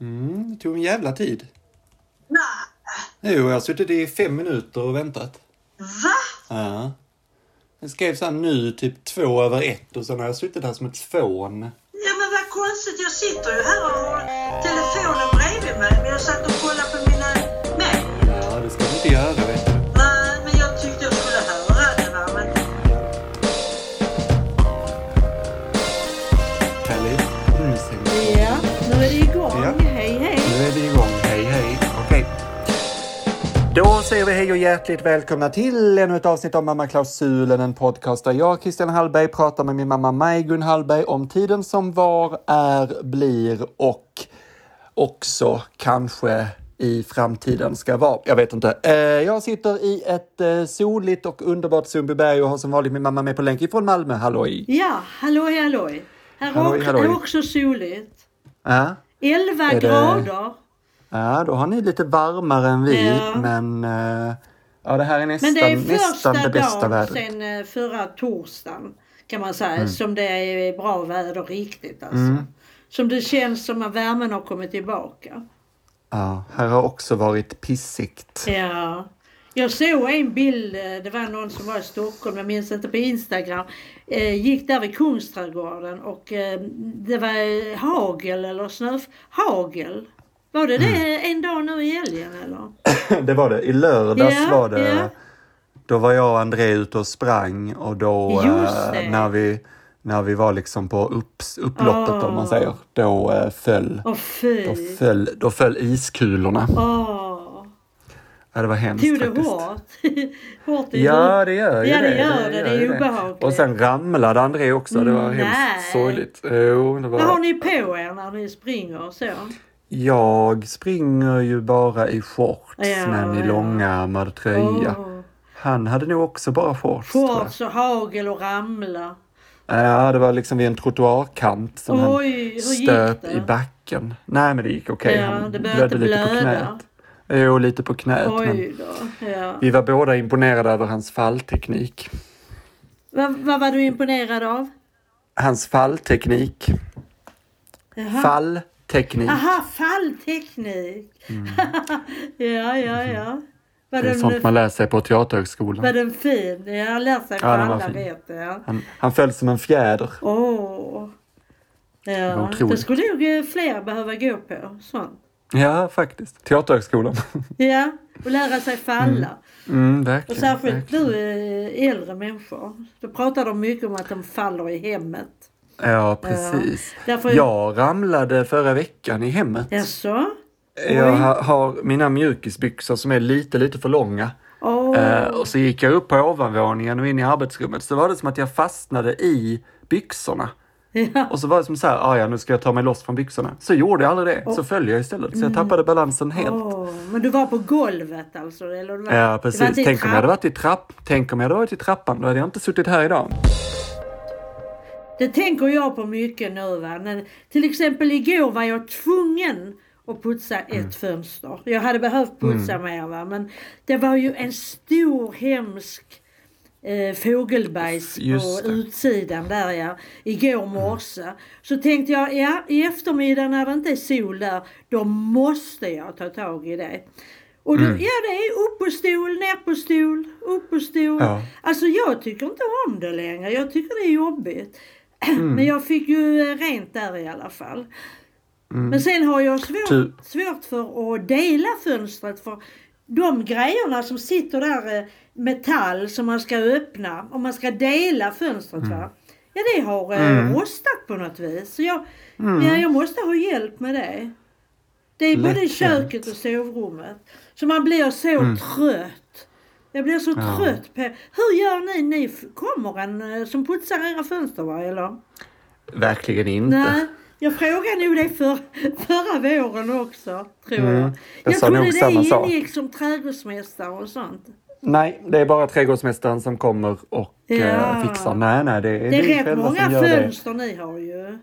Mm, det tog en jävla tid. Nej, Jo, jag har suttit i fem minuter och väntat. va? Ja. Jag skrev så här nu typ två över ett och sen har jag suttit här som ett fån. Ja men vad konstigt, jag sitter ju här och har telefonen bredvid mig men jag satt och kollade på mina mejl. Ja, det ska man inte göra vet du. Nej, men jag tyckte jag skulle höra det va. Men Härligt. Mysigt. Ja, nu är det igång. Ja. Hej, hej. Nu är vi igång. Hej, hej. Okej. Då säger vi hej och hjärtligt välkomna till ännu ett avsnitt av Mamma Klausulen, en podcast där jag, Christian Hallberg, pratar med min mamma Maj-Gun Hallberg om tiden som var, är, blir och också kanske i framtiden ska vara. Jag vet inte. Eh, Jag sitter i ett eh, soligt och underbart Sundbyberg och har som vanligt min mamma med på länk ifrån Malmö. Halloj! Ja, halloj, halloj. Här Halloj, är halloj. också, också soligt. Ja. 11 Är det- grader. Ja, då har ni lite varmare än vi, Ja. men eh, ja, det här är nästan, Men det är nästan det första bästa dagen vädret. Mm. sen eh, förra torsdagen kan man säga som det är bra väder riktigt alltså. Som det känns som att värmen har kommit tillbaka. Ja, här har också varit pissigt. Ja. Jag såg en bild, eh, det var någon som var i Stockholm, jag minns inte på Instagram, eh, gick där vid Kungsträdgården och eh, det var eh, hagel eller snö... Hagel? Var det det Mm. en dag nu i helgen eller? Det var det. I lördags Ja, var det. ja. Då var jag och André ute och sprang och då Just eh, det. när vi när vi var liksom på upps, upploppet om man Ah. säger, då eh, föll, Åh fy! då föll, då föll iskulorna. Åh! Ja, det var hemskt Tog det faktiskt. hårt? hårt i Ja, huvudet. det gör ju Ja, det det. gör det. Det är ju obehagligt. Mm, Och sen ramlade André också. Det var Nej. hemskt sorgligt. Jo, det Vad har var... ni på er när ni springer och så? Jag springer ju bara i shorts, Ja, men i ja. långärmad tröja. Åh. Han hade nog också bara shorts. tror jag. Shorts och hagel och ramla. Ja, det var liksom vid en trottoarkant som Oj, han hur stöp gick det? i backen. Nej, men det gick okej. Ja, han det började blödde lite på blöda. knät. Jo, lite på knät. Men Oj då. Ja. vi var båda imponerade över hans fallteknik. Vad, vad var du imponerad av? Hans fallteknik. Jaha. Fallteknik. Aha, fallteknik! ja, ja, ja. Var Mm. Mm-hmm. Det är den, sånt man lär sig på Teaterhögskolan. var den fin? Ja, jag lär sig för Ja, den var alla fin. vet det. ja. Han, han föll som en fjäder. Åh. var Ja, otroligt. det skulle nog eh, fler behöva gå på. Sånt. Ja, faktiskt. Teaterhögskolan. Ja, och lära sig falla. Mm, Och verkligen. särskilt verkligen. nu eh, äldre människor. Då pratar de mycket om att de faller i hemmet. Ja, precis. Därför- Jag ramlade förra veckan i hemmet. Jaså? Jag ha- har mina mjukisbyxor som är lite, lite för långa. Åh, Eh, och så gick jag upp på ovanvåningen och in i arbetsrummet. Så var det som att jag fastnade i byxorna. ja. Och så var det som så här, "Ah, ja nu ska jag ta mig loss från byxorna. Så gjorde jag aldrig det. Så föll jag istället. Så jag tappade balansen helt. Åh, men du var på golvet alltså? Eller du var, Ja, Du var inte precis. i Tänk om jag hade trapp- varit i trapp... Tänk om jag hade varit i trappan, då hade jag inte suttit här idag. Det tänker jag på mycket nu. Va? När, till exempel igår var jag tvungen att putsa Mm. ett fönster. Jag hade behövt putsa mer va? men det var ju en stor hemsk eh, fågelbajs Just på det. utsidan där ja, igår morse. Så tänkte jag, ja i eftermiddag när det inte är sol där, då måste jag ta tag i det. Och då, ja det är upp på stol, ner på stol, upp på stol. Ja. Alltså jag tycker inte om det längre. Jag tycker det är jobbigt. Men jag fick ju eh, rent där i alla fall. Men sen har jag svårt, Tur. svårt för att dela fönstret. För de grejerna som sitter där, eh, metall som man ska öppna, om man ska dela fönstret va. Ja det har eh, rostat på något vis. Så jag, ja, jag måste ha hjälp med det. Det är både Lätt i köket och sovrummet. Så man blir så trött. Jag blir så trött på... Hur gör ni? Ni f- kommer en eh, som putsar era fönster va? Eller? Verkligen inte. Nej. Jag frågade nog det för, förra våren också, tror jag. jag Jag Mm, sa trodde nog det samma sak. ingick som liksom trädgårdsmästare och sånt. Nej, det är bara trädgårdsmästaren som kommer och Ja. eh, fixar. Nej, nej, det är, Det ni är rätt själva många som gör det. fönster ni har ju.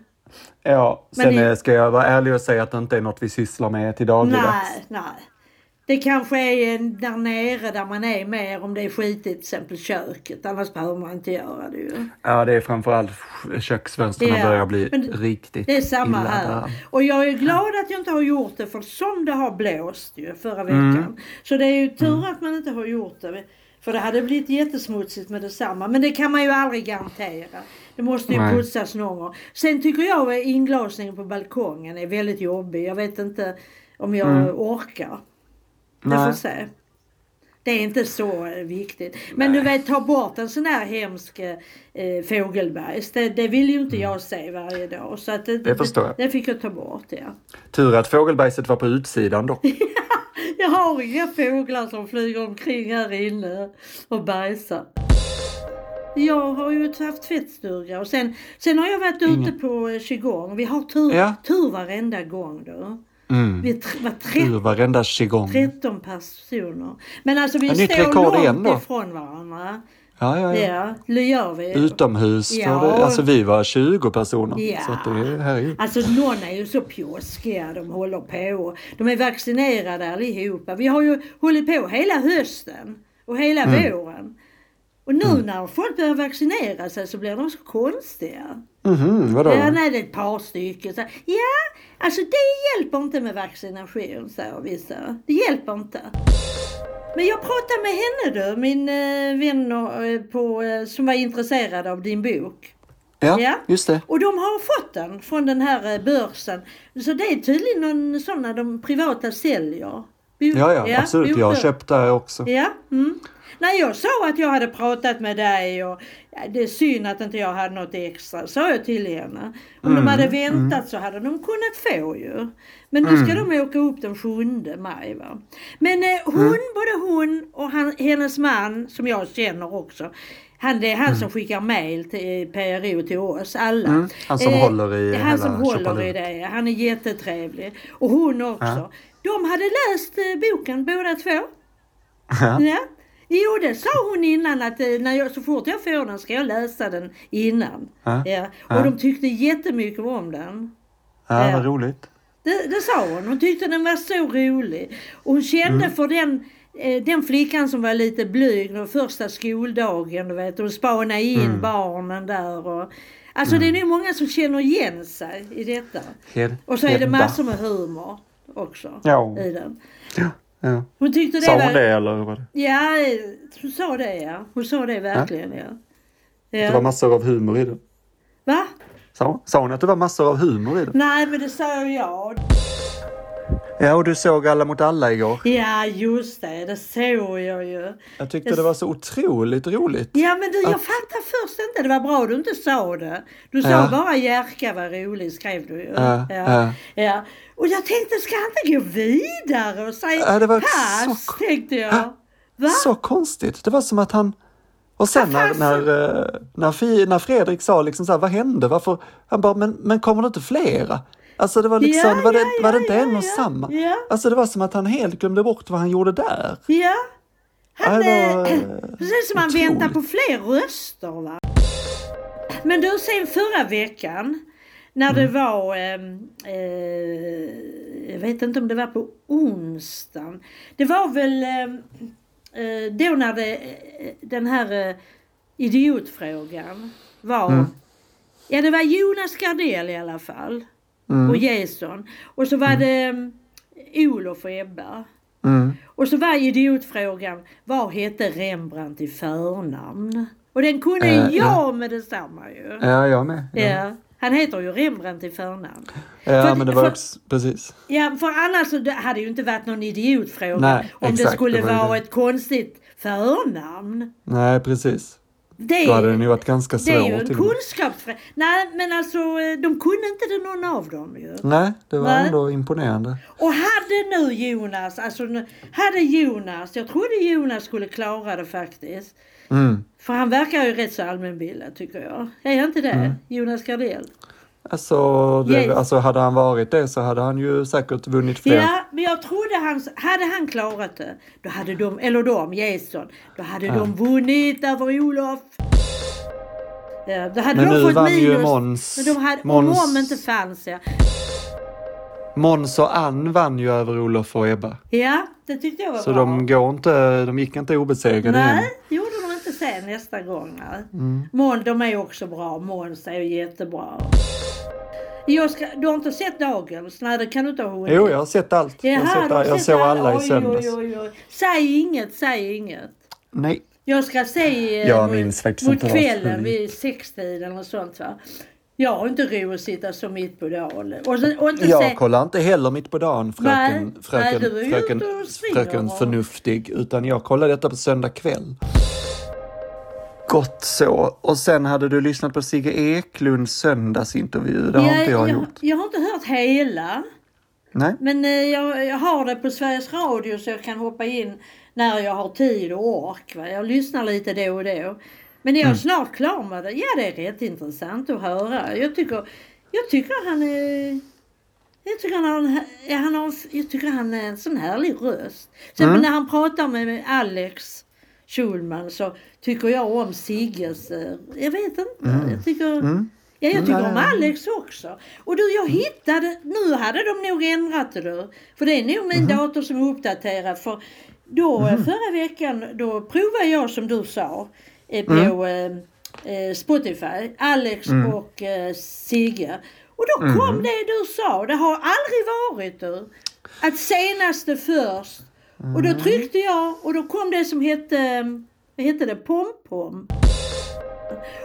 Ja, Men sen ni- eh, ska jag vara ärlig och säga att det inte är något vi sysslar med till dagligdags. Nej, nej. Det Det kanske är en där nere där man är mer om det är skitigt, till exempel köket. Annars behöver man inte göra det ju. Ja, det är framförallt f- köksfönstren Ja, börjar bli men riktigt Det är samma illa här. där. Och jag är glad att jag inte har gjort det för som det har blåst ju förra veckan. Mm. Så det är ju tur att man inte har gjort det. För det hade blivit jättesmutsigt med detsamma. Men det kan man ju aldrig garantera. Det måste ju Nej. putsas någon gång. Sen tycker jag att inglasningen på balkongen är väldigt jobbig. Jag vet inte om jag orkar. Jag får Mm. Nej. se. Det är inte så eh, viktigt. Men du vet, ta bort en sån här hemsk eh, fågelbajs. Det, det vill ju inte jag se varje dag. Så att det, Mm. Det förstår jag. Det, fick jag ta bort, ja. Tur att fågelbajset var på utsidan dock. Jag har inga fåglar som flyger omkring här inne och bajsar. Jag har ju haft tvättstuga och sen, sen har jag varit ute på eh, qigong. Vi har tur, Ja. tur varenda gång då. Mm. Vi tr- var 30 Ur varenda qigong. 13 personer. Men alltså vi Ja, nytt rekord står igen långt då. ifrån varandra. Ja, ja, ja. Ja, det gör vi. Utomhus. Ja. var Det, alltså vi var 20 personer. Ja. Så att det är, herregud. Alltså någon är ju så pjoskiga, de håller på. De är vaccinerade allihopa. Vi har ju hållit på hela hösten och hela Mm. våren. Och nu när folk börjar vaccinera sig så blir de så konstiga. Mhm, vadå? Ja, nej, det är ett par stycken. Så, här, ja, alltså det hjälper inte med vaccination, säger vissa. Det hjälper inte. Men jag pratade med henne då, min eh, vän eh, på, eh, som var intresserad av din bok. Ja, Ja. just det. Och de har fått den från den här eh, börsen. Så det är tydligen någon sådana de privata säljer. Bo- Ja, ja, absolut. Jag har bokbör- köpt där också. Ja, mm. När jag sa att jag hade pratat med dig och ja, det är synd att inte jag hade något extra, sa jag till henne. Om Mm, de hade väntat så hade de kunnat få ju. Men nu Mm. ska de åka upp den 7 maj va. Men eh, hon, både hon och han, hennes man, som jag känner också, han, det är han som skickar mail till eh, PRO till oss alla. Eh, Mm, han som håller i det är Han hela som håller i tjoppalun. det, han är jättetrevlig. Och hon också. Ja. De hade läst eh, boken båda två. Ja. Ja. Jo, det sa hon innan att eh, när jag, så fort jag får den ska jag läsa den innan. Ja. Ja. Och Ja. de tyckte jättemycket om den. Ja, Ja. vad roligt. Det, det sa hon. Hon tyckte den var så rolig. Och hon kände Mm. för den, eh, den flickan som var lite blyg den första skoldagen, du vet. Hon spanade in Mm. barnen där och... Alltså det är nog många som känner igen sig i detta. Hel- Och så är det Hedda. massor med humor också Ja. i den. Ja. Hon tyckte det Sa var... hon det eller hur var det? Ja, hon sa det ja. Hon sa det verkligen ja. Det var ja. massor av humor i den. Va? Sa hon, sa hon att det var massor av humor i den? Nej, men det sa jag. Ja, och du såg Alla mot alla igår. Ja, just det. Det såg jag ju. Jag tyckte det var så otroligt roligt. Ja, men du, jag Att- fattar först inte. Det var bra du inte sa det. Du sa Ja. bara Jerka var rolig, skrev du ju. Ja, ja. Ja. ja. Och jag tänkte, ska jag inte gå vidare och säga Ja, det var pass, så- tänkte jag. Va? Så konstigt. Det var som att han... Och sen när, fast- när, eh, när, Fi- när Fredrik sa liksom så här, vad hände? Varför? Han bara, men, men kommer det inte flera? Alltså det var liksom, Ja, var det, ja, var det ja, inte ja, en och ja, samma? ja. Alltså det var som att han helt glömde bort vad han gjorde där. Ja. Han, Ja, det var, eh, eh, precis som man otroligt. väntar på fler röster va. Men du, sen förra veckan när det var, ehm, eh, jag vet inte om det var på onsdagen. Det var väl ehm, eh, då när det, eh, den här eh, idiotfrågan var. Ja, det var Jonas Gardell i alla fall. Och Jason. Och så var det ehm, Olof och Ebba. Mm. Och så var idiotfrågan, vad hette Rembrandt i förnamn? Och den kunde Eh, jag ja. med detsamma ju. Ja, jag med. Ja, ja. Ja. Han heter ju Rembrandt i förnamn. För- men det var för- också, precis. Ja, för annars så det hade ju inte varit någon idiotfråga Nej, om det exakt, skulle det var ju vara det. ett konstigt förnamn. Nej, precis. Det, Då hade den ju varit ganska det svår är ju en till och med. kunskapsfråga. Nej, men alltså eh, de kunde inte det någon av dem ju. Nej, det var Nej. ändå imponerande. Och hade nu Jonas, alltså nu- hade Jonas, jag trodde Jonas skulle klara det faktiskt. Mm. För han verkar ju rätt så allmänbildad tycker jag. Är han inte det? Mm. Jonas Gardell? Alltså, det, Yes. alltså, hade han varit det så hade han ju säkert vunnit fler. Ja, men jag trodde han, hade han klarat det, då hade de, eller de, Jason, då hade de vunnit över Olof. Ja, då hade Men de nu fått vann ju minus. Måns- Men de hade, Måns- om inte fanns ja. Måns och Ann vann ju över Olof och Ebba. Ja, det tyckte jag var Så bra. de, går inte, de gick inte obesegrade Nej, in. det gjorde de inte sen nästa gång. Nej. Mm. Mån, de är också bra. Måns är ju jättebra. Jag ska, du har inte sett dagens? Nej, det kan du inte ha hunnit. Jo, jag har sett allt. jag, har sett, du har allt. jag sett såg alla i Oj, söndags. Oj, oj, oj. Säg inget, säg inget. Nej. Jag ska säga Jag mot- minns faktiskt mot inte vad- kvällen vid sextiden och sånt va. Jag har inte ro att sitta så mitt på dagen. Och, sen- och inte Jag se- kollar inte heller mitt på dagen, fröken, Nej, nej, fröken, du är ju fröken, ute och springer fröken och- förnuftig, utan jag kollar detta på söndag kväll. Gott så. Och sen hade du lyssnat på Sigge Eklunds söndagsintervju. Det har inte jag, gjort. Jag har inte hört hela. Nej. Men eh, jag, jag har det på Sveriges Radio så jag kan hoppa in när jag har tid och ork. Va? Jag lyssnar lite då och då. Men jag är snart klar med det. Ja, det är rätt intressant att höra. Jag tycker, jag tycker han är... Jag tycker han har, en, hä- han har, en- jag tycker han är en sån härlig röst. Sen när han pratar med Alex Schulman så tycker jag om Sigges... eh, Jag vet inte. Jag tycker... Mm. Ja, Mm. jag tycker om Alex också. Och du, jag hittade... Nu hade de nog ändrat det du. För det är nog min dator som är uppdaterad. För då, eh, förra veckan, då provade jag som du sa eh, på eh, eh, Spotify, Alex och eh, Sigge. Och då kom det du sa. Det har aldrig varit du. Att senaste först. Och Mm. då tryckte jag och då kom det som hette... Vad hette det? Pom-pom.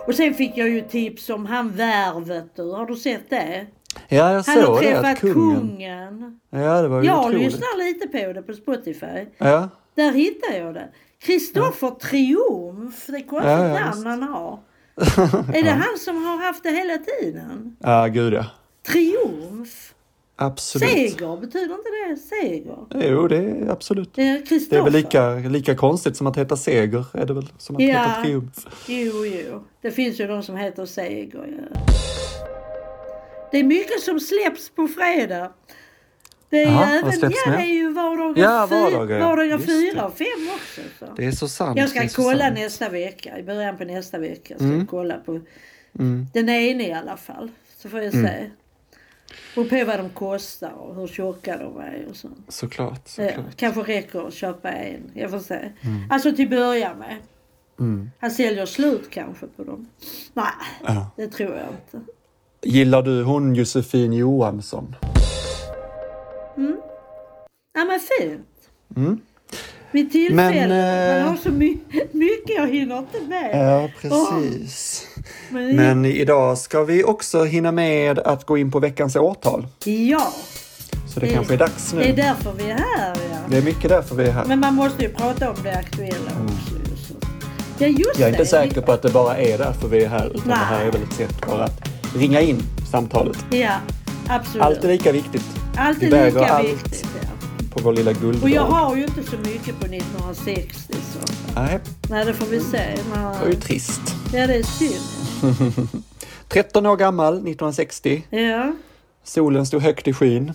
Och sen fick jag ju tips om han Värvet du. Har du sett det? Ja, jag Han har såg det. träffat Att kungen... kungen. Ja, det var ju Jag otroligt. lyssnar lite på det på Spotify. Ja. Där hittar jag det. Kristoffer Triumf. Det är konstigt Ja, ja, visst. namn han har. Är det han som har haft det hela tiden? ja, gud ja. Triumf. Absolut. Seger, betyder inte det seger? Jo, det är absolut. Eh, Kristoffer. Det är väl lika, lika konstigt som att heta Seger, är det väl? Som att Ja. heta Triumf. Jo, jo. Det finns ju de som heter Seger. Ja. Det är mycket som släpps på fredag. Det är, Jaha, ju vad även, släpps ja, med? det är ju vardagar, Ja, fy- vardagar, ja. vardagar Just fyra det. och fem också. Så. Det är så sant. Jag det ska är så kolla sant. Mm. nästa vecka, i början på nästa vecka. Ska jag kolla på den ena i alla fall. Så får jag Mm. se. Beror på vad de kostar och hur tjocka de är och sånt. Såklart, Ja, såklart. Eh, Mm. kanske räcker att köpa en. Jag får se. Alltså till börja med. Han säljer slut kanske på dem. Nej, Ja. det tror jag inte. Gillar du hon Josefin Johansson? Ja men fint. Vid tillfällen. Mm. Men, eh, Man har så my- mycket jag hinner inte med. Ja, precis. Men, Men idag ska vi också hinna med att gå in på veckans årtal. ja, Så det Det- kanske är dags det är nu. därför vi är här ja. Det är mycket därför vi är här. Men man måste ju prata om det aktuella också. ju, Så. Ja just Mm. Jag är inte det. säker på att det bara är därför vi är här, utan det här Nej. är väl ett sätt bara att ringa in samtalet. Ja, absolut. Allt är lika viktigt. Allt Vi är väger lika allt viktigt. Ja. på vår lilla Och jag guldvåg. har ju inte så mycket på 1960 så. Nej, Nej det får vi se. det var ju Men, trist. ja det är synd. 13 år gammal, 1960. Ja. Solen stod högt i skyn.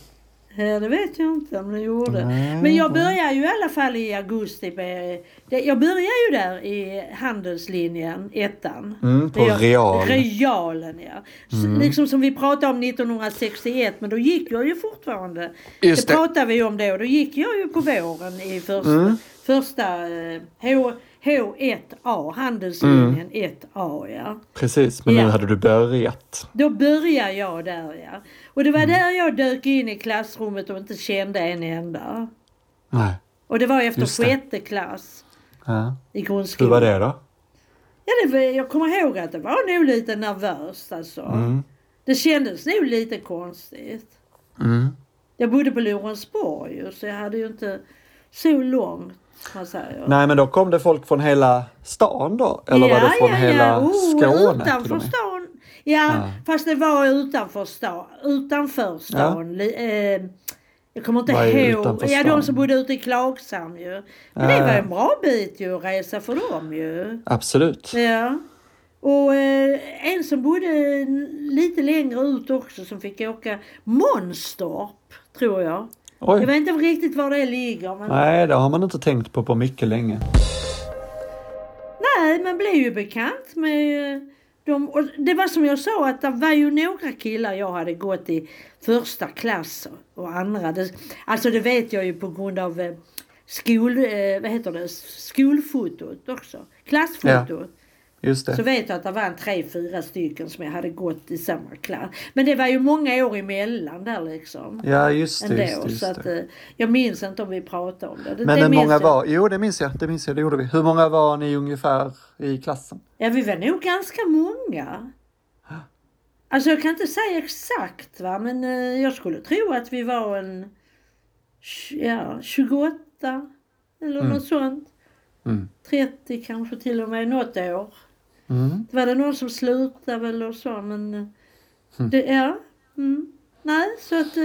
ja, det vet jag inte om det gjorde. Nej, Men jag börjar ju i alla fall i augusti. Med, det- jag börjar ju där i handelslinjen, ettan. Mm, på Det gör- Real. Mm. Realen ja. Så, Liksom som vi pratade om 1961 men då gick jag ju fortfarande. Just det det. Mm. pratade vi om då. Då gick jag ju på våren i första, första eh, H, H1A, handelslinjen Mm. 1A ja. Precis, men Ja. nu hade du börjat. Då börjar jag där ja. Och det Mm. var där jag dök in i klassrummet och inte kände en enda. Nej. Och det var efter Just det. sjätte klass Ja. i Hur grundskolan. var det då? Ja, det var, jag kommer ihåg att det var nog lite nervöst alltså. Det kändes nog lite konstigt. Mm. Jag bodde på Lorensborg ju, så jag hade ju inte så långt, man säger. Nej, men då kom det folk från hela stan då? Eller var det från hela Skåne? till och Oh, Utanför med? stan. Ja, fast det var utanför stan. Utanför stan. Li, eh, jag kommer inte Vad är ihåg. utanför Ja, de stan? som bodde ute i Klagshamn ju. Men Ja, det var ja. en bra bit ju att resa för dem ju. Absolut. Ja. Och eh, en som bodde lite längre ut också som fick åka Månstorp, tror jag. Jag Oj. vet inte riktigt var det ligger. Men... Nej, det har man inte tänkt på på mycket länge. Nej, man blev ju bekant med eh, De, och det var som jag sa att det var ju några killar jag hade gått i första klass och andra. Det, alltså det vet jag ju på grund av eh, skol, eh, vad heter det, skolfotot också. Klassfotot. Just det. Så vet jag att det var en tre, fyra stycken som jag hade gått i samma klass. Men det var ju många år emellan där liksom. Ja, just det. Ändå, Just, det, så just att, det. eh, jag minns inte om vi pratade om det. det Men det hur minns många jag. var? Jo, det minns jag. Det minns jag. Det gjorde vi. Hur många var ni ungefär i klassen? Ja, vi var nog ganska många. Alltså jag kan inte säga exakt va, men eh, jag skulle tro att vi var en tj- ja, 28 eller något sånt. Mm. 30 kanske till och med något år. Mm. Var det någon som slutade väl och så men eh, det, ja. Mm. Nej, så att eh,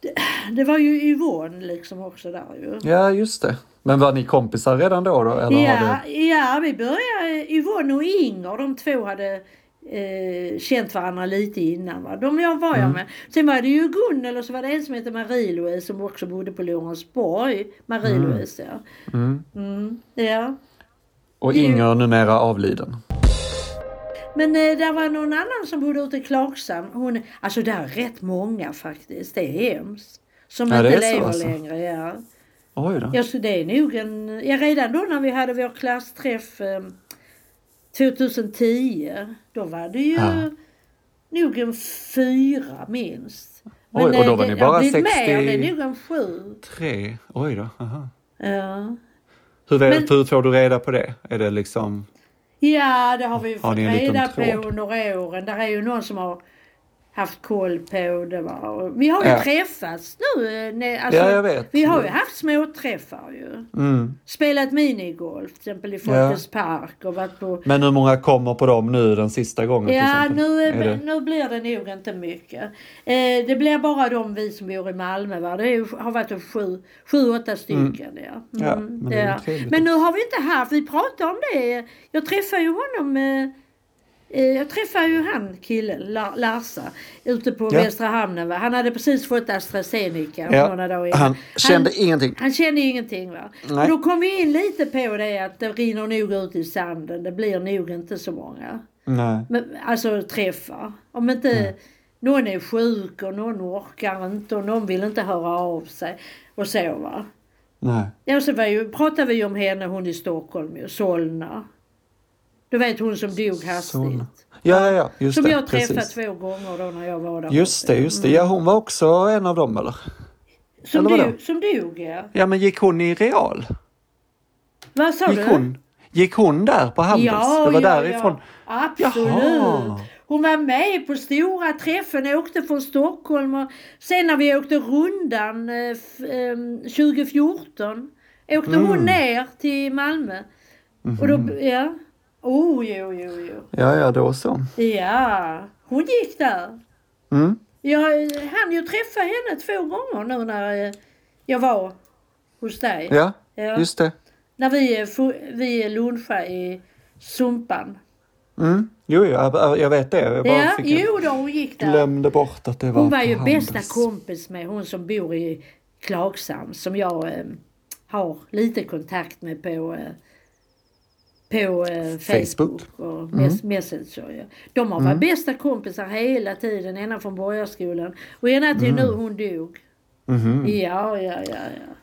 det, det var ju Yvonne liksom också där ju. Ja, just det. Men var ni kompisar redan då? då eller har Ja, det... ja, vi började, eh, Yvonne och Inger, de två hade eh, känt varandra lite innan. Va? De jag var Mm. jag med. Sen var det ju Gunnel och så var det en som hette Marie-Louise som också bodde på Lorensborg. Marie-Louise Mm. ja. Mm, ja. Och Inger numera avliden. Men eh, där var någon annan som bodde ute i Klagshamn. Hon, alltså där är rätt många faktiskt. Det är hemskt. Som Ja, det inte är så, lever alltså. längre. Ja. Oj då. Ja, så det är nog en... Ja, redan då när vi hade vår klassträff eh, 2010, då var det ju Ja. nog en fyra minst. Oj, och då var ni det har bara blivit 60 Mer, det är nog en sju. Tre. Oj då. Aha. Ja. Hur, Men- hur får du reda på det? Är det liksom... ja, det har vi ju Har fått ni en liten reda på tråd? under åren. Där är ju någon som har haft koll på det. Va? Och Vi har ju Ja. träffats nu. eh, ne- Alltså, Ja, jag vet. Vi har ju haft småträffar ju. Mm. Spelat minigolf till exempel i Folkets park och varit på Men hur många kommer på dem nu den sista gången? till Ja, exempel? nu, Är är, det... nu blir det nog inte mycket. Eh, det blir bara de vi som bor i Malmö. Va? Det är, ju- har varit en sju, sju åtta stycken. Ja. Mm. Ja, men det är ju trevligt men nu har vi inte haft, vi pratade om det. Jag träffade ju honom, eh, eh, jag träffade ju han killen, La- Larsa, ute på Ja. Västra Hamnen. Va? Han hade precis fått AstraZeneca några Ja. dagar innan. Han kände ingenting. Han kände ingenting va? Nej. Och då kom vi in lite på det att det rinner nog ut i sanden. Det blir nog inte så många. Nej. Men, alltså träffar. Om inte Mm. någon är sjuk och någon orkar inte och någon vill inte höra av sig och så va. Nej. Ja, så var ju, pratade vi ju om henne, hon i Stockholm ju, Solna. Du vet hon som dog Solna. hastigt. Ja, ja, ja. Just Som det. jag träffade precis. två gånger då när jag var där. Just uppe. det, just det. Ja, hon var också en av dem eller? Som, Eller vadå? dog, som dog ja. Ja, men gick hon i real? Vad sa Gick du? hon, gick hon där på Handels? Ja, det var ja, därifrån. Ja. Absolut. Jaha. Hon var med på stora träffen, åkte från Stockholm och sen när vi åkte rundan eh, f- ehm, 2014 åkte Mm. hon ner till Malmö. Och Mm-hmm. då, ja. Oh, jo, jo, jo. Ja, ja, då så. Ja, hon gick där. Mm. Jag eh, hann ju träffa henne två gånger nu när eh, jag var hos dig. Ja, Ja. just det. När vi, eh, fo- vi lunchade i Sumpan. Mm. Jo, jag, jag vet det. Jag bara Ja, fick jo då, hon gick där. glömde bort att det var Hon var på ju Handels. bästa kompis med hon som bor i Klagshamn som jag eh, har lite kontakt med på, eh, på eh, Facebook. Facebook. Mm. och mes- Messenger. Ja. De har varit bästa kompisar hela tiden, ena från borgarskolan och ena till Mm. nu hon dog. Mhm. Ja, ja, ja, ja.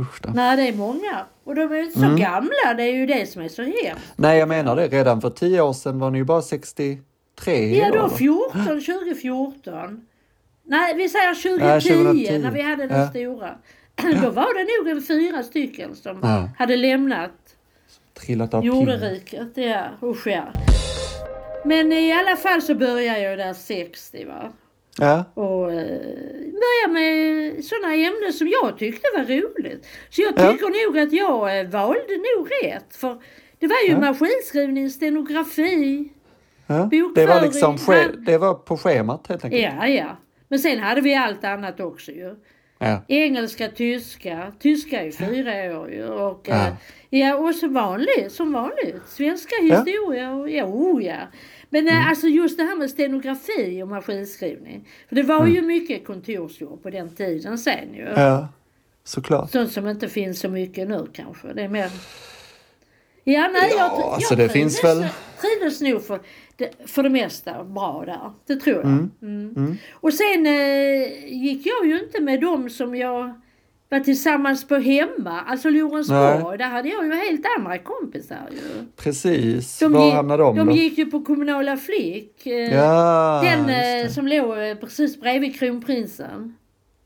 Usch då. Nej, det är många. Och de är ju inte så Mm. gamla, det är ju det som är så hemskt. Nej, jag menar det. Redan för tio år sedan var ni ju bara 63 Ja, då eller? 14, 2014. Nej, vi säger 2010, Ja, 2010, när vi hade den ja. stora. Då var det nog en fyra stycken som Ja. hade lämnat Trillat av pinnen. jorderiket. Ja, usch ja. Men i alla fall så började jag där 60 va. Ja, Och eh, började med sådana ämnen som jag tyckte var roligt. Så jag Ja. tycker nog att jag eh, valde nog rätt. För det var ju Ja. maskinskrivning, stenografi. ja. Det var Bokföring, liksom ske- hand- det var på schemat helt enkelt. Ja, ja. Men sen hade vi allt annat också ju. Ja. Engelska, tyska. Tyska i fyra år ju. Och, Ja. ja. ja, och så vanligt, som vanligt. Svenska historia och ja, oh, ja. Men eh, alltså just det här med stenografi och maskinskrivning. För det var ju mycket kontorsjobb på den tiden sen ju. ja, såklart. Sånt som inte finns så mycket nu kanske. Det är mer... Ja, nej, jag, tr- Ja, jag alltså det finns trivdes- väl- trivdes nog för det, för det mesta bra där. Det tror jag. Mm. Och sen eh, gick jag ju inte med dem som jag var tillsammans på hemma, alltså Lorensborg. Där hade jag ju helt andra kompisar ju. Precis. Var gick- hamnade de, de då? gick ju på kommunala flick. Eh, Ja, den just eh, det. som låg eh, precis bredvid kronprinsen.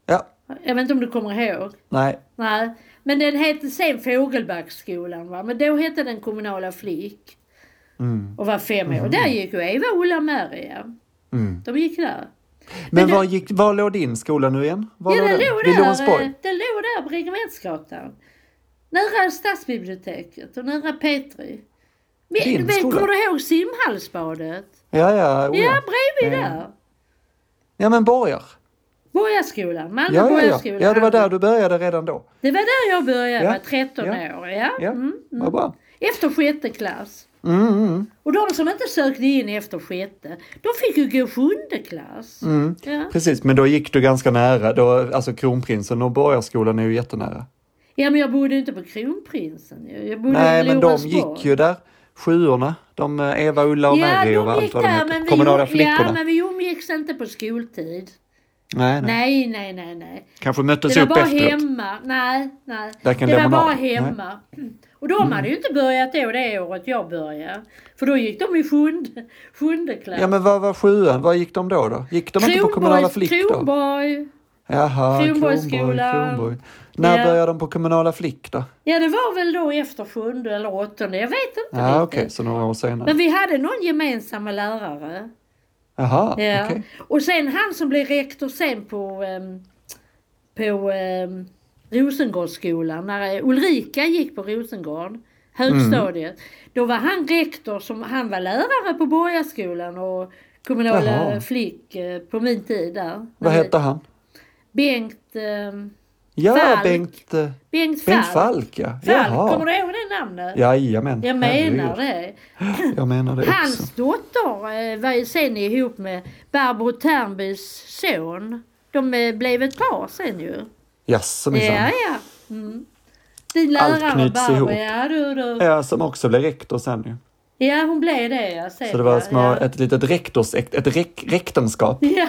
ja, Jag vet inte om du kommer ihåg? nej. Nej. Men den hette sen Fågelbacksskolan va? Men då hette den kommunala flick. Mm. Och var fem år. Där gick ju Eva och Ulla Maria. Mm. De gick där. Men, du- var, gick, var låg din skola nu igen? Var ja, den låg Vid där, eh, Lorensborg? den låg där på Regementsgatan. Nära stadsbiblioteket och nära Petri. Men, Din du vet, skola? kommer du ihåg simhallsbadet? Ja, ja, oh, Ja, ja. bredvid Mm. där. ja, men Borgar. Borgarskolan, Malmö Ja, ja, ja. borgarskola. ja, det var där du började redan då. Det var där jag började, Ja, jag var 13 ja, år. Ja. Ja, Mm. vad bra. Efter sjätte klass. Mm, mm, Och de som inte sökte in efter sjätte, de fick ju gå sjunde klass. mm. Ja. Precis, men då gick du ganska nära. Då, alltså Kronprinsen och Borgarskolan är ju jättenära. ja, men jag bodde inte på Kronprinsen ju. Jag bodde Nej, i men de Lorensborg. gick ju där. Sjuorna, de eh, Eva, Ulla och Mary och allt vad de heter. Kommunala vi, flickorna. Ja, men vi umgicks inte på skoltid. nej, nej. Nej, nej, nej, nej. Kanske Det möttes var upp bara efteråt. hemma. Nej, nej. Där kan det var lemonad. Mm. bara hemma. Och de hade ju inte börjat då det året jag började. För då gick de i sjunde, sjunde klass. Ja, men vad var sjuan? Vad gick de då? då? Gick de inte på kommunala Kronborgs- flick då? Kronborg. Jaha, Kronborg, Kronborgsskolan. Kronborg. När Ja. började de på kommunala flick då? Ja, det var väl då efter sjunde eller åttonde. Jag vet inte Ja, Ah, okej, riktigt. så några år senare. Men vi hade någon gemensamma lärare. Jaha, Ja. okej. Och sen han som blev rektor sen på, ehm, på ehm, Rosengårdsskolan, när eh, Ulrika gick på Rosengård, högstadiet. Mm. Då var han rektor, som, han var lärare på Borgarskolan och kommunala Jaha. flick eh, på min tid där. Eh, Vad hette han? Bengt, ehm, Ja, Falk. Bengt, eh, Bengt Falk. Bengt Falk, ja. Falk, kommer Jaha. du ihåg det namnet? Jajamän. Jag menar herregud. det. Jag menar det också. Hans dotter eh, var ju sen ihop med Barbro Ternbys son. De eh, blev ett par sen ju. Jaså Ja, minsann. ja. Mm. Din Allt lärare knyts Barbro, ihop. ja du, du. Ja, som också blev rektor sen ju. Ja, hon blev det jag ser Så det var jag, små, ja. ett litet rektors, ett, ett rek, rektenskap. Ja.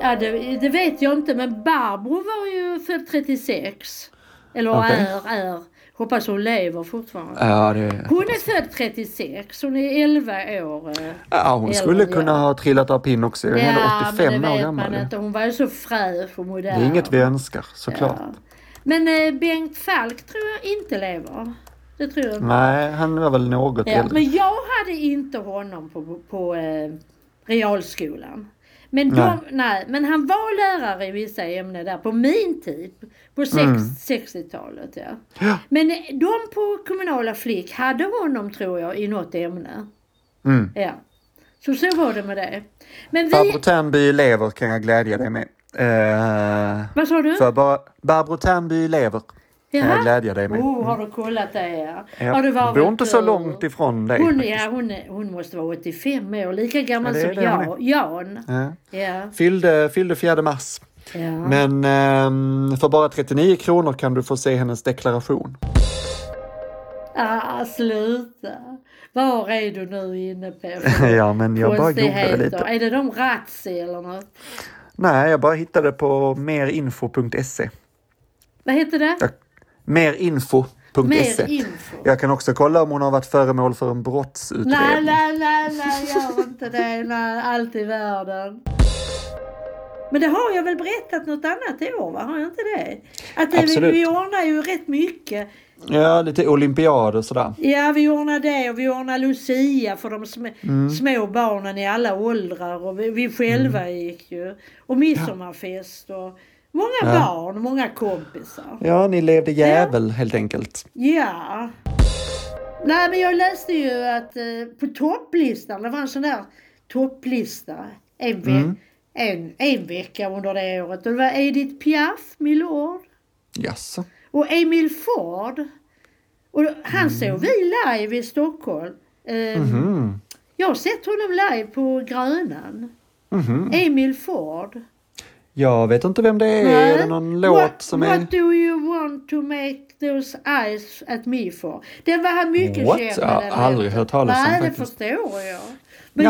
Ja, det, det vet jag inte men Barbro var ju född 36. Eller Okej. är, är. Hoppas hon lever fortfarande. Ja, det... Hon är född 36, hon är 11 år. eh. ja hon skulle Elva, kunna ja. ha trillat av pinn också. Hon är 85 år men det vet gammal. man ju. inte. Hon var ju så fräsch och Det modern. är inget vi önskar, såklart. Ja. Men eh, Bengt Falk tror jag inte lever. Det tror jag inte. Nej, han var väl något Ja, äldre. men jag hade inte honom på, på eh, realskolan. Men, de, Nej. nej. men han var lärare i vissa ämnen där på min tid. På sex, Mm. 60-talet ja. Ja. Men eh, de på kommunala flick hade honom tror jag i något ämne. Mm. Ja. Så så var det med det. Men vi... Barbro Ternby lever kan jag glädja dig med. Eh, Vad sa du? för bara, Barbro Ternby lever kan jag Mm. Jaha. glädja dig med. Oh, har du kollat det ja. Mm. Ja, Har du hon varit, bor inte så eh, långt ifrån dig. Hon, faktiskt. ja, hon, är- hon måste vara 85 år, lika gammal Ja, det är som det hon jag, Jan. Ja. Ja, Fyllde, fyllde 4 mars. ja. Men ehm, för bara 39 kronor kan du få se hennes deklaration. Ah, sluta. Var är du nu inne på? ja, men jag bara googlade lite. Är det de Razzi eller något? Nej, jag bara hittade på merinfo.se. Vad heter det? Jag- Merinfo.se. Mer info. Jag kan också kolla om hon har varit föremål för en brottsutredning. Nej, nej, nej, nej, gör inte det. Nej, allt i världen. Men det har jag väl berättat något annat i år, va? Har jag inte det? Att det, vi, Absolut. vi ordnar ju rätt mycket. Ja, lite olympiader och sådär. Ja, vi ordnar det och vi ordnar Lucia för de sm- små barnen i alla åldrar och vi, vi själva gick ju. Och midsommarfest och många barn, många kompisar. Ja, ni levde jävel helt enkelt. Ja. Nej, men jag läste ju att eh, på topplistan, det var en sån där topplista en, ve- en, en vecka under det året. Och det var Edith Piaf, Milord. Jaså? Och Emil Ford. Och han såg vi live i Stockholm. Ehm, Mm. Jag har sett honom live på Grönan. Mhm. Emil Ford. Jag vet inte vem det är. Nej. Är det någon låt what, som what är... do you on to make those eyes at me for. Den var han mycket What? känd Jag har aldrig hört talas om Nej, det faktiskt. förstår jag.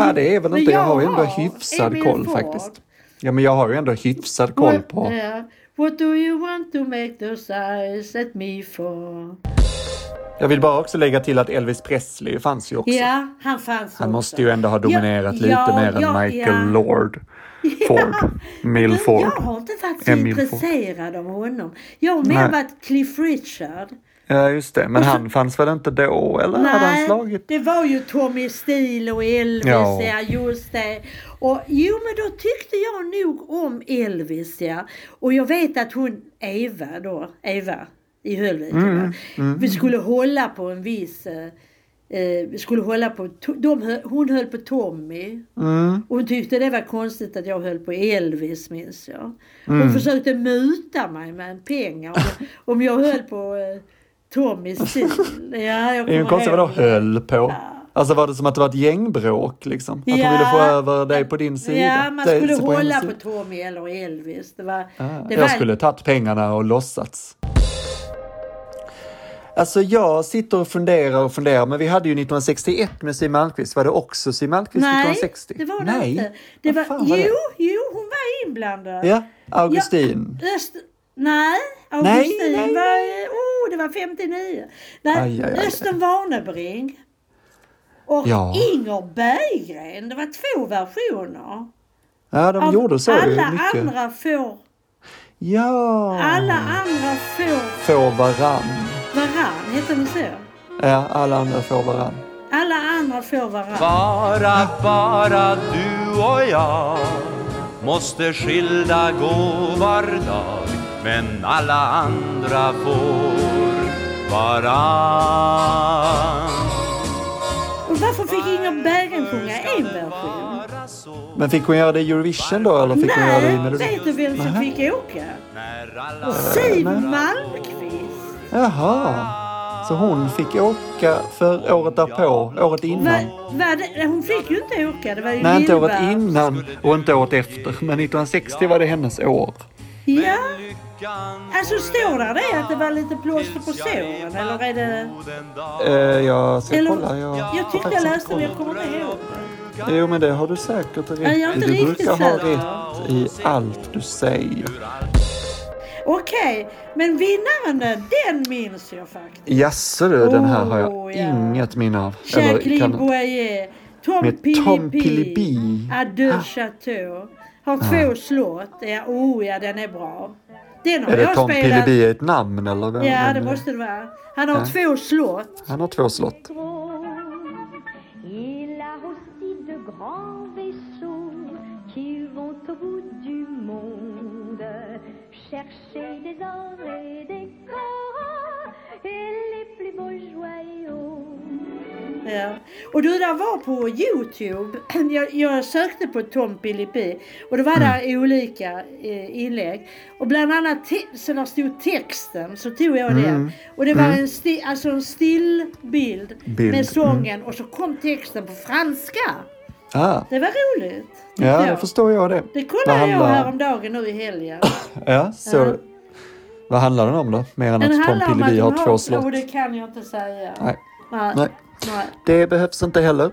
ja, det är väl men inte. Jag har ju ändå har hyfsad Emil koll Ford. faktiskt. Ja, men jag har ju ändå hyfsad koll What- eh. på... ja. What do you want to make those eyes at me for? Jag vill bara också lägga till att Elvis Presley fanns ju också. Ja, han fanns Han också. måste ju ändå ha dominerat Ja, lite ja, mer ja, än Michael ja. Lord Ford. Mill Men Ford. Jag har inte varit så Emil Ford. intresserad av honom. Jag har mer Nej. varit Cliff Richard. Ja, just det. Men han fanns väl inte då? Eller hade han Nej, slagit? det var ju Tommy Steele och Elvis, Ja. ja. just det. Och jo, men då tyckte jag nog om Elvis, ja. Och jag vet att hon, Eva då, Eva i Höllviken, Mm, va? vi skulle hålla på en viss, eh, eh, vi skulle hålla på, to- de, hö- hon höll på Tommy. Mm. Och hon tyckte det var konstigt att jag höll på Elvis minns jag. Hon Mm. försökte muta mig med pengar om jag, om jag höll på eh, Tommy Steele. Ja, jag Det är ju kommer konstigt ihåg vad då höll på. Alltså var det som att det var ett gängbråk liksom? Att hon Ja. ville få över dig på din sida? Ja, man dig skulle på hennes hålla på, sida. Tommy eller Elvis. Det var, Ah, det jag var skulle tagit pengarna och låtsats. Alltså jag sitter och funderar och funderar, men vi hade ju 1961 med Siw Malmkvist. Var det också Siw Malmkvist Nej, 1960? det var det Nej. inte. Det Vad var, fan var det? jo, jo, hon var inblandad. Ja, Augustin. Ja, Öst, nej, Nej, Augustin nej, var... Oh, det var 59. Nej, Aj, aj, aj. Östen Warnerbring. Och Ja. Inger Berggren. Det var två versioner. Ja, de Av gjorde så ju alla mycket. andra får... Ja, Alla Ah. andra får får varann. varann. Heter det så? Ja, alla andra får varann. Alla andra får varann. Bara, bara du och jag måste skilda gå var dag men alla andra får varann Och varför fick Inger Berggren sjunga en version? Bara så Men fick hon göra det i Eurovision då eller fick hon göra det i Nej, Melodi? vet du vem som Nähä. fick åka? när alla nej. Siw Malmkvist. Jaha, så hon fick åka för året därpå, året innan? Va, va, det, hon fick ju inte åka. Det var ju Nej, inte året Lindberg. innan och inte året efter, men 1960 var det hennes år. Ja, lyckan alltså står där det att det var lite plåster på såren? Eller är det... den dag Eh, jag ska Eller- kolla. Jag, Jag har tyckte jag faktiskt läste men jag kommer inte ihåg. inte- Jo, men det har du säkert rätt Nej, jag är i. inte Du riktigt brukar ha säker. rätt i allt du säger. Okej, men vinnaren där, den minns jag faktiskt. Jaså du, den här har jag Oh, ja. inget minne av. Eller Jacqueline kan... Boyer. Tom Med Tom Ah. Pilipi. Pilipi. Adeu Chateau. Ah. Har två slott. Ja, oh ja, den är bra. Den har Är det jag Tom spelat. Pilibi ett namn eller? Vem, Ja, det vem- måste det vara. Han Ah. har två slott. Han har två slott. Il a aussi de grands vaisseaux qui vont au bout du monde chercher des ors et des coraux et les plus beaux joyaux. Ja. Och du, där var på Youtube. Jag, jag sökte på Tom Pilipi och det var Mm. där olika eh, inlägg. Och bland annat te- så där stod texten, så tog jag Mm. den. Och det var en, sti- alltså en stillbild Bild, Mm. med sången och så kom texten på franska. Ah, Det var roligt. tyckte ja, det jag. förstår jag det. det Vad kollade jag handlar- häromdagen nu i helgen. Ja, så... Ja. Vad handlar den om då? Mer än Den att Tom handlar om Pilibi att har hon två slott? Och det kan jag inte säga. Nej. Nej. Nej. Nej. Det behövs inte heller.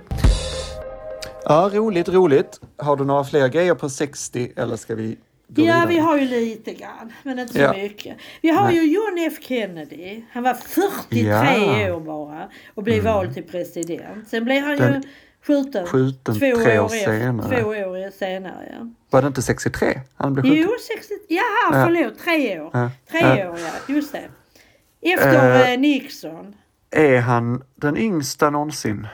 Ja, roligt, roligt. Har du några fler grejer på 60 eller ska vi gå Ja, vidare? vi har ju lite grann, men inte så Ja. mycket. Vi har ju John F Kennedy. Han var 43 Ja. Mm. år bara och blev vald till president. Sen blev han Den- ju skjuten, skjuten två, tre år år efter- senare. två år senare. Ja. Var det inte 63? Han blev skjuten? Jo, 60... Jaha, Ja. förlåt. Tre år. Ja. Tre Ja. år, ja. Just det. Efter Eh. eh, Nixon. Är han den yngsta någonsin?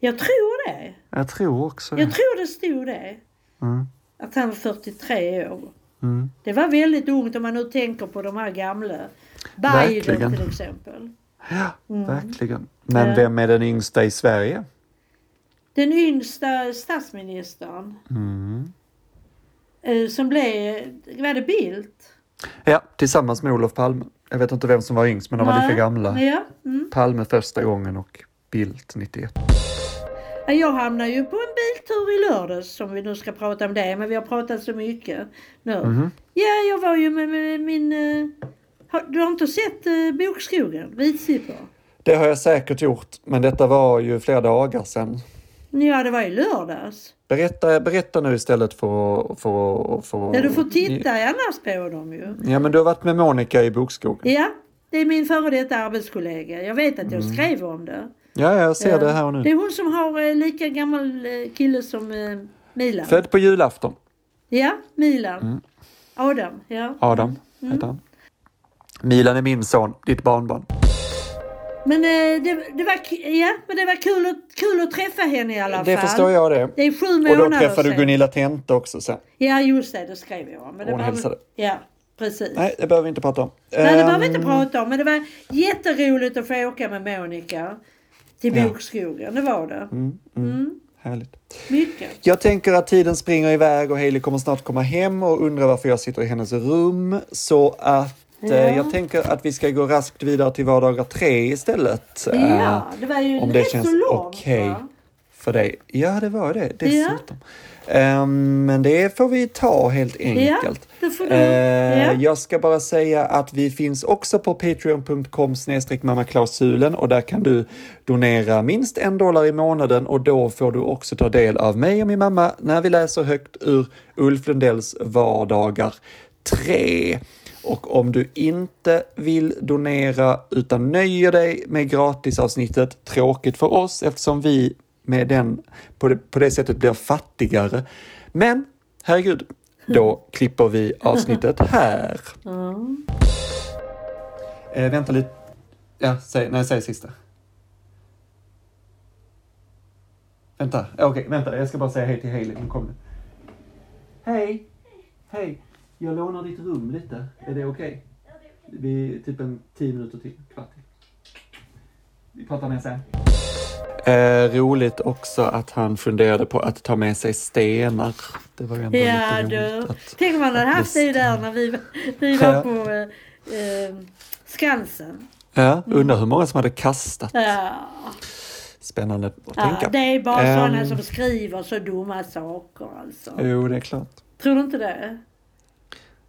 Jag tror det. Jag tror också det. Jag tror det stod det. Mm. Att han var 43 år. Mm. Det var väldigt ungt om man nu tänker på de här gamla. Verkligen. Biden till exempel. Ja, verkligen. Men Mm. Ja. vem är den yngsta i Sverige? Den yngsta statsministern Mm. eh, som blev, var det Bildt? Ja, tillsammans med Olof Palme. Jag vet inte vem som var yngst, men de var Nej. lika gamla. Ja. Mm. Palme första gången och Bildt 91. Jag hamnade ju på en biltur i lördags som vi nu ska prata Mm-hmm. om det, men vi har pratat så mycket nu. Ja, jag var ju med, med min eh, Har, du har inte sett eh, Bokskogen? Vitsippor? Det har jag säkert gjort, men detta var ju flera dagar sedan. Ja, det var i lördags. Berätta, berätta nu istället för att- för, att- för att- Ja, du får titta annars på dem ju. Ja, men du har varit med Monica i bokskogen. Ja, det är min före detta arbetskollega. Jag vet att jag skrev om det. Ja, Mm. ja, jag ser det här och Det nu. är hon som har eh, lika gammal eh, kille som eh, Milan. Född på julafton. Ja, Milan. Mm. Adam, ja. Adam Mm. heter han. Milan är min son, ditt barnbarn. Men, eh, det, det var, k- ja, men det var kul, att, kul att träffa henne i alla fall. Det förstår jag det. Det är sju Och månader då träffade du sedan. Gunilla Tente också sen. Ja, just det. Det skrev jag om. Men det Hon var- hälsade. Ja, precis. Nej, det behöver vi inte prata om. Nej, det Ehm, behöver vi inte prata om. Men det var jätteroligt att få åka med Monica till Ja. Mm. bokskogen. Det var det. Härligt. Mycket. Jag tänker att tiden springer iväg och Hailey kommer snart komma hem och undrar varför jag sitter i hennes rum. Så att eh, jag tänker att vi ska gå raskt vidare till vardagar tre istället. Eh, Ja, det var ju om det rätt känns så långt. okej va? för dig. Ja, det var det dessutom. Ehm, men det får vi ta helt enkelt. det får du. Eh, Ja. Jag ska bara säga att vi finns också på patreon.com snedstreck mammaklausulen och där kan du donera minst en dollar i månaden och då får du också ta del av mig och min mamma när vi läser högt ur Ulf Lundells vardagar 3. Och om du inte vill donera utan nöjer dig med gratisavsnittet, tråkigt för oss eftersom vi med den på det, på det sättet blir fattigare. Men herregud, då klipper vi avsnittet här. Eh, vänta lite. Ja, säg, nej, säg sista. Vänta, okej, vänta. Jag ska bara säga hej till Hailey. Hon kom nu. Hej! Hej! Jag lånar ditt rum lite. Är det okej? Vi typ en tio minuter till, kvart till. Vi pratar mer sen. Eh, roligt också att han funderade på att ta med sig stenar. Det var ju ändå Ja, lite du. roligt. Att... Tänk om man hade haft det där när vi, vi var Ja. på eh, eh, Skansen. Ja, undrar hur många som hade kastat. Mm. Ja. Spännande att Ja, tänka. det är bara Ehm. sådana som skriver så dumma saker alltså. Jo, det är klart. Tror du inte det?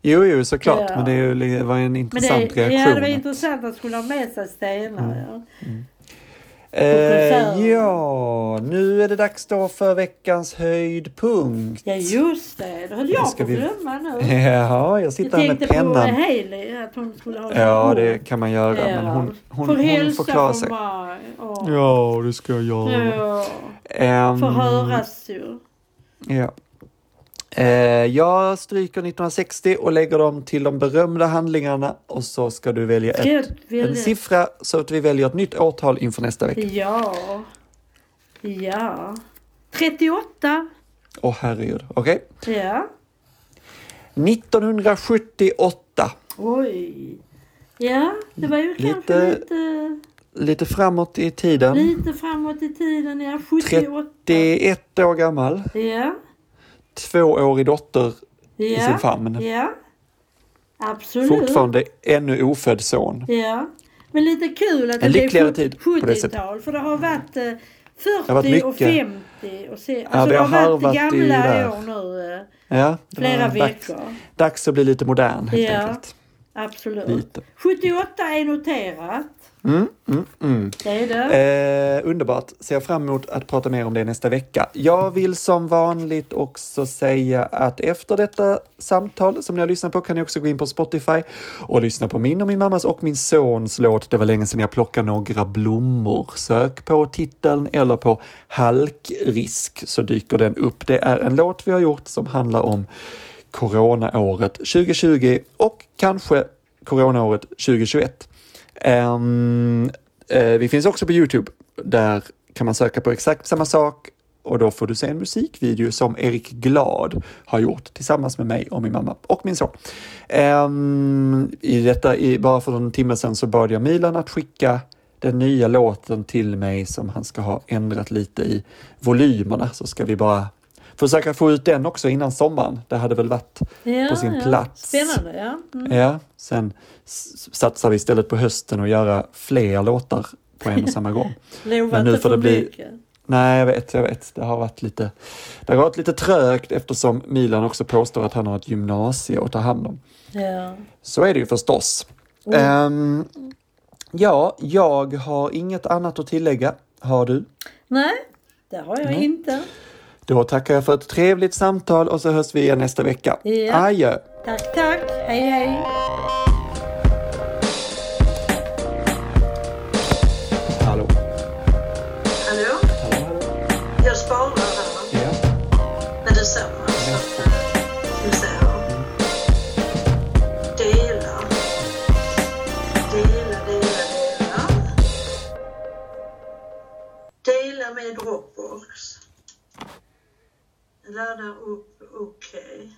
Jo, jo, såklart. Ja. Men det är ju li- var ju en Men intressant det, reaktion. ja, det var intressant att skulle ha med sig stenar. Mm. Ja. eh, konserven. ja, nu är det dags då för veckans höjdpunkt. ja, just det. Det höll Det jag ska på att vi- glömma nu. Ja, jag Jag sitter här tänkte med på pennan. Hailey, att hon skulle ha Ja, det kan man göra. Men hon, hon, hon får klara sig. Bara, ja. Ja, det ska jag göra. Ja. Ehm, Får höras ju. Ja. Eh, jag stryker 1960 och lägger dem till de berömda handlingarna och så ska du välja Ska jag ett, välja? en siffra så att vi väljer ett nytt årtal inför nästa vecka. Ja. Ja. 38. Åh herregud, okej. Ja. 1978, Oj. Ja, det var ju Lite- kanske lite, lite framåt i tiden. lite framåt i tiden. Ja, 78. 31 år gammal, Ja. tvåårig dotter, ja. sin famn. Ja. Absolut. fortfarande ännu ofödd son. Ja. Men lite kul att det En blev lyckligare 70- tid på det 70-tal. För det har varit eh, 40 har varit och mycket. 50 och se, alltså Ja, det det har har varit harvat i gamla där. år nu. eh, Ja, det Flera var dags, veckor. dags att bli lite modern helt Ja. enkelt. Absolut. Lite. 78 är noterat. Mm, mm, mm. Det är det. Eh, underbart. Ser fram emot att prata mer om det nästa vecka. Jag vill som vanligt också säga att efter detta samtal som ni har lyssnat på kan ni också gå in på Spotify och lyssna på min och min mammas och min sons låt. Det var länge sedan jag plockade några blommor. Sök på titeln eller på halkrisk så dyker den upp. Det är en låt vi har gjort som handlar om coronaåret 2020 och kanske coronaåret 2021. Ehm, eh, vi finns också på Youtube. Där kan man söka på exakt samma sak och då får du se en musikvideo som Erik Glad har gjort tillsammans med mig och min mamma och min son. Ehm, i detta, i, bara för en timme sedan så bad jag Milan att skicka den nya låten till mig som han ska ha ändrat lite i volymerna så ska vi bara försöka få ut den också innan sommaren. Det hade väl varit ja, på sin ja. plats. Spännande, ja. Mm. Ja, sen s- satsar vi istället på hösten och göra fler låtar på en och samma gång. Lova Men nu inte får för det bli- mycket. Nej, jag vet, jag vet. Det har varit lite, det har varit lite trögt eftersom Milan också påstår att han har ett gymnasium att ta hand om. Ja. Så är det ju förstås. Mm. Ehm, ja, jag har inget annat att tillägga. Har du? Nej, det har jag inte. Då tackar jag för ett trevligt samtal och så hörs vi igen nästa vecka. Ja. Adjö! Tack, tack. Hej, hej. Hallå. Hallå? Hallå, hallå. Jag sparar här. Ja. Men detsamma. Så, eh, Ska vi se här. Dela. Dela, dela, dela. Dela med Dropbox. Ladda upp, okej.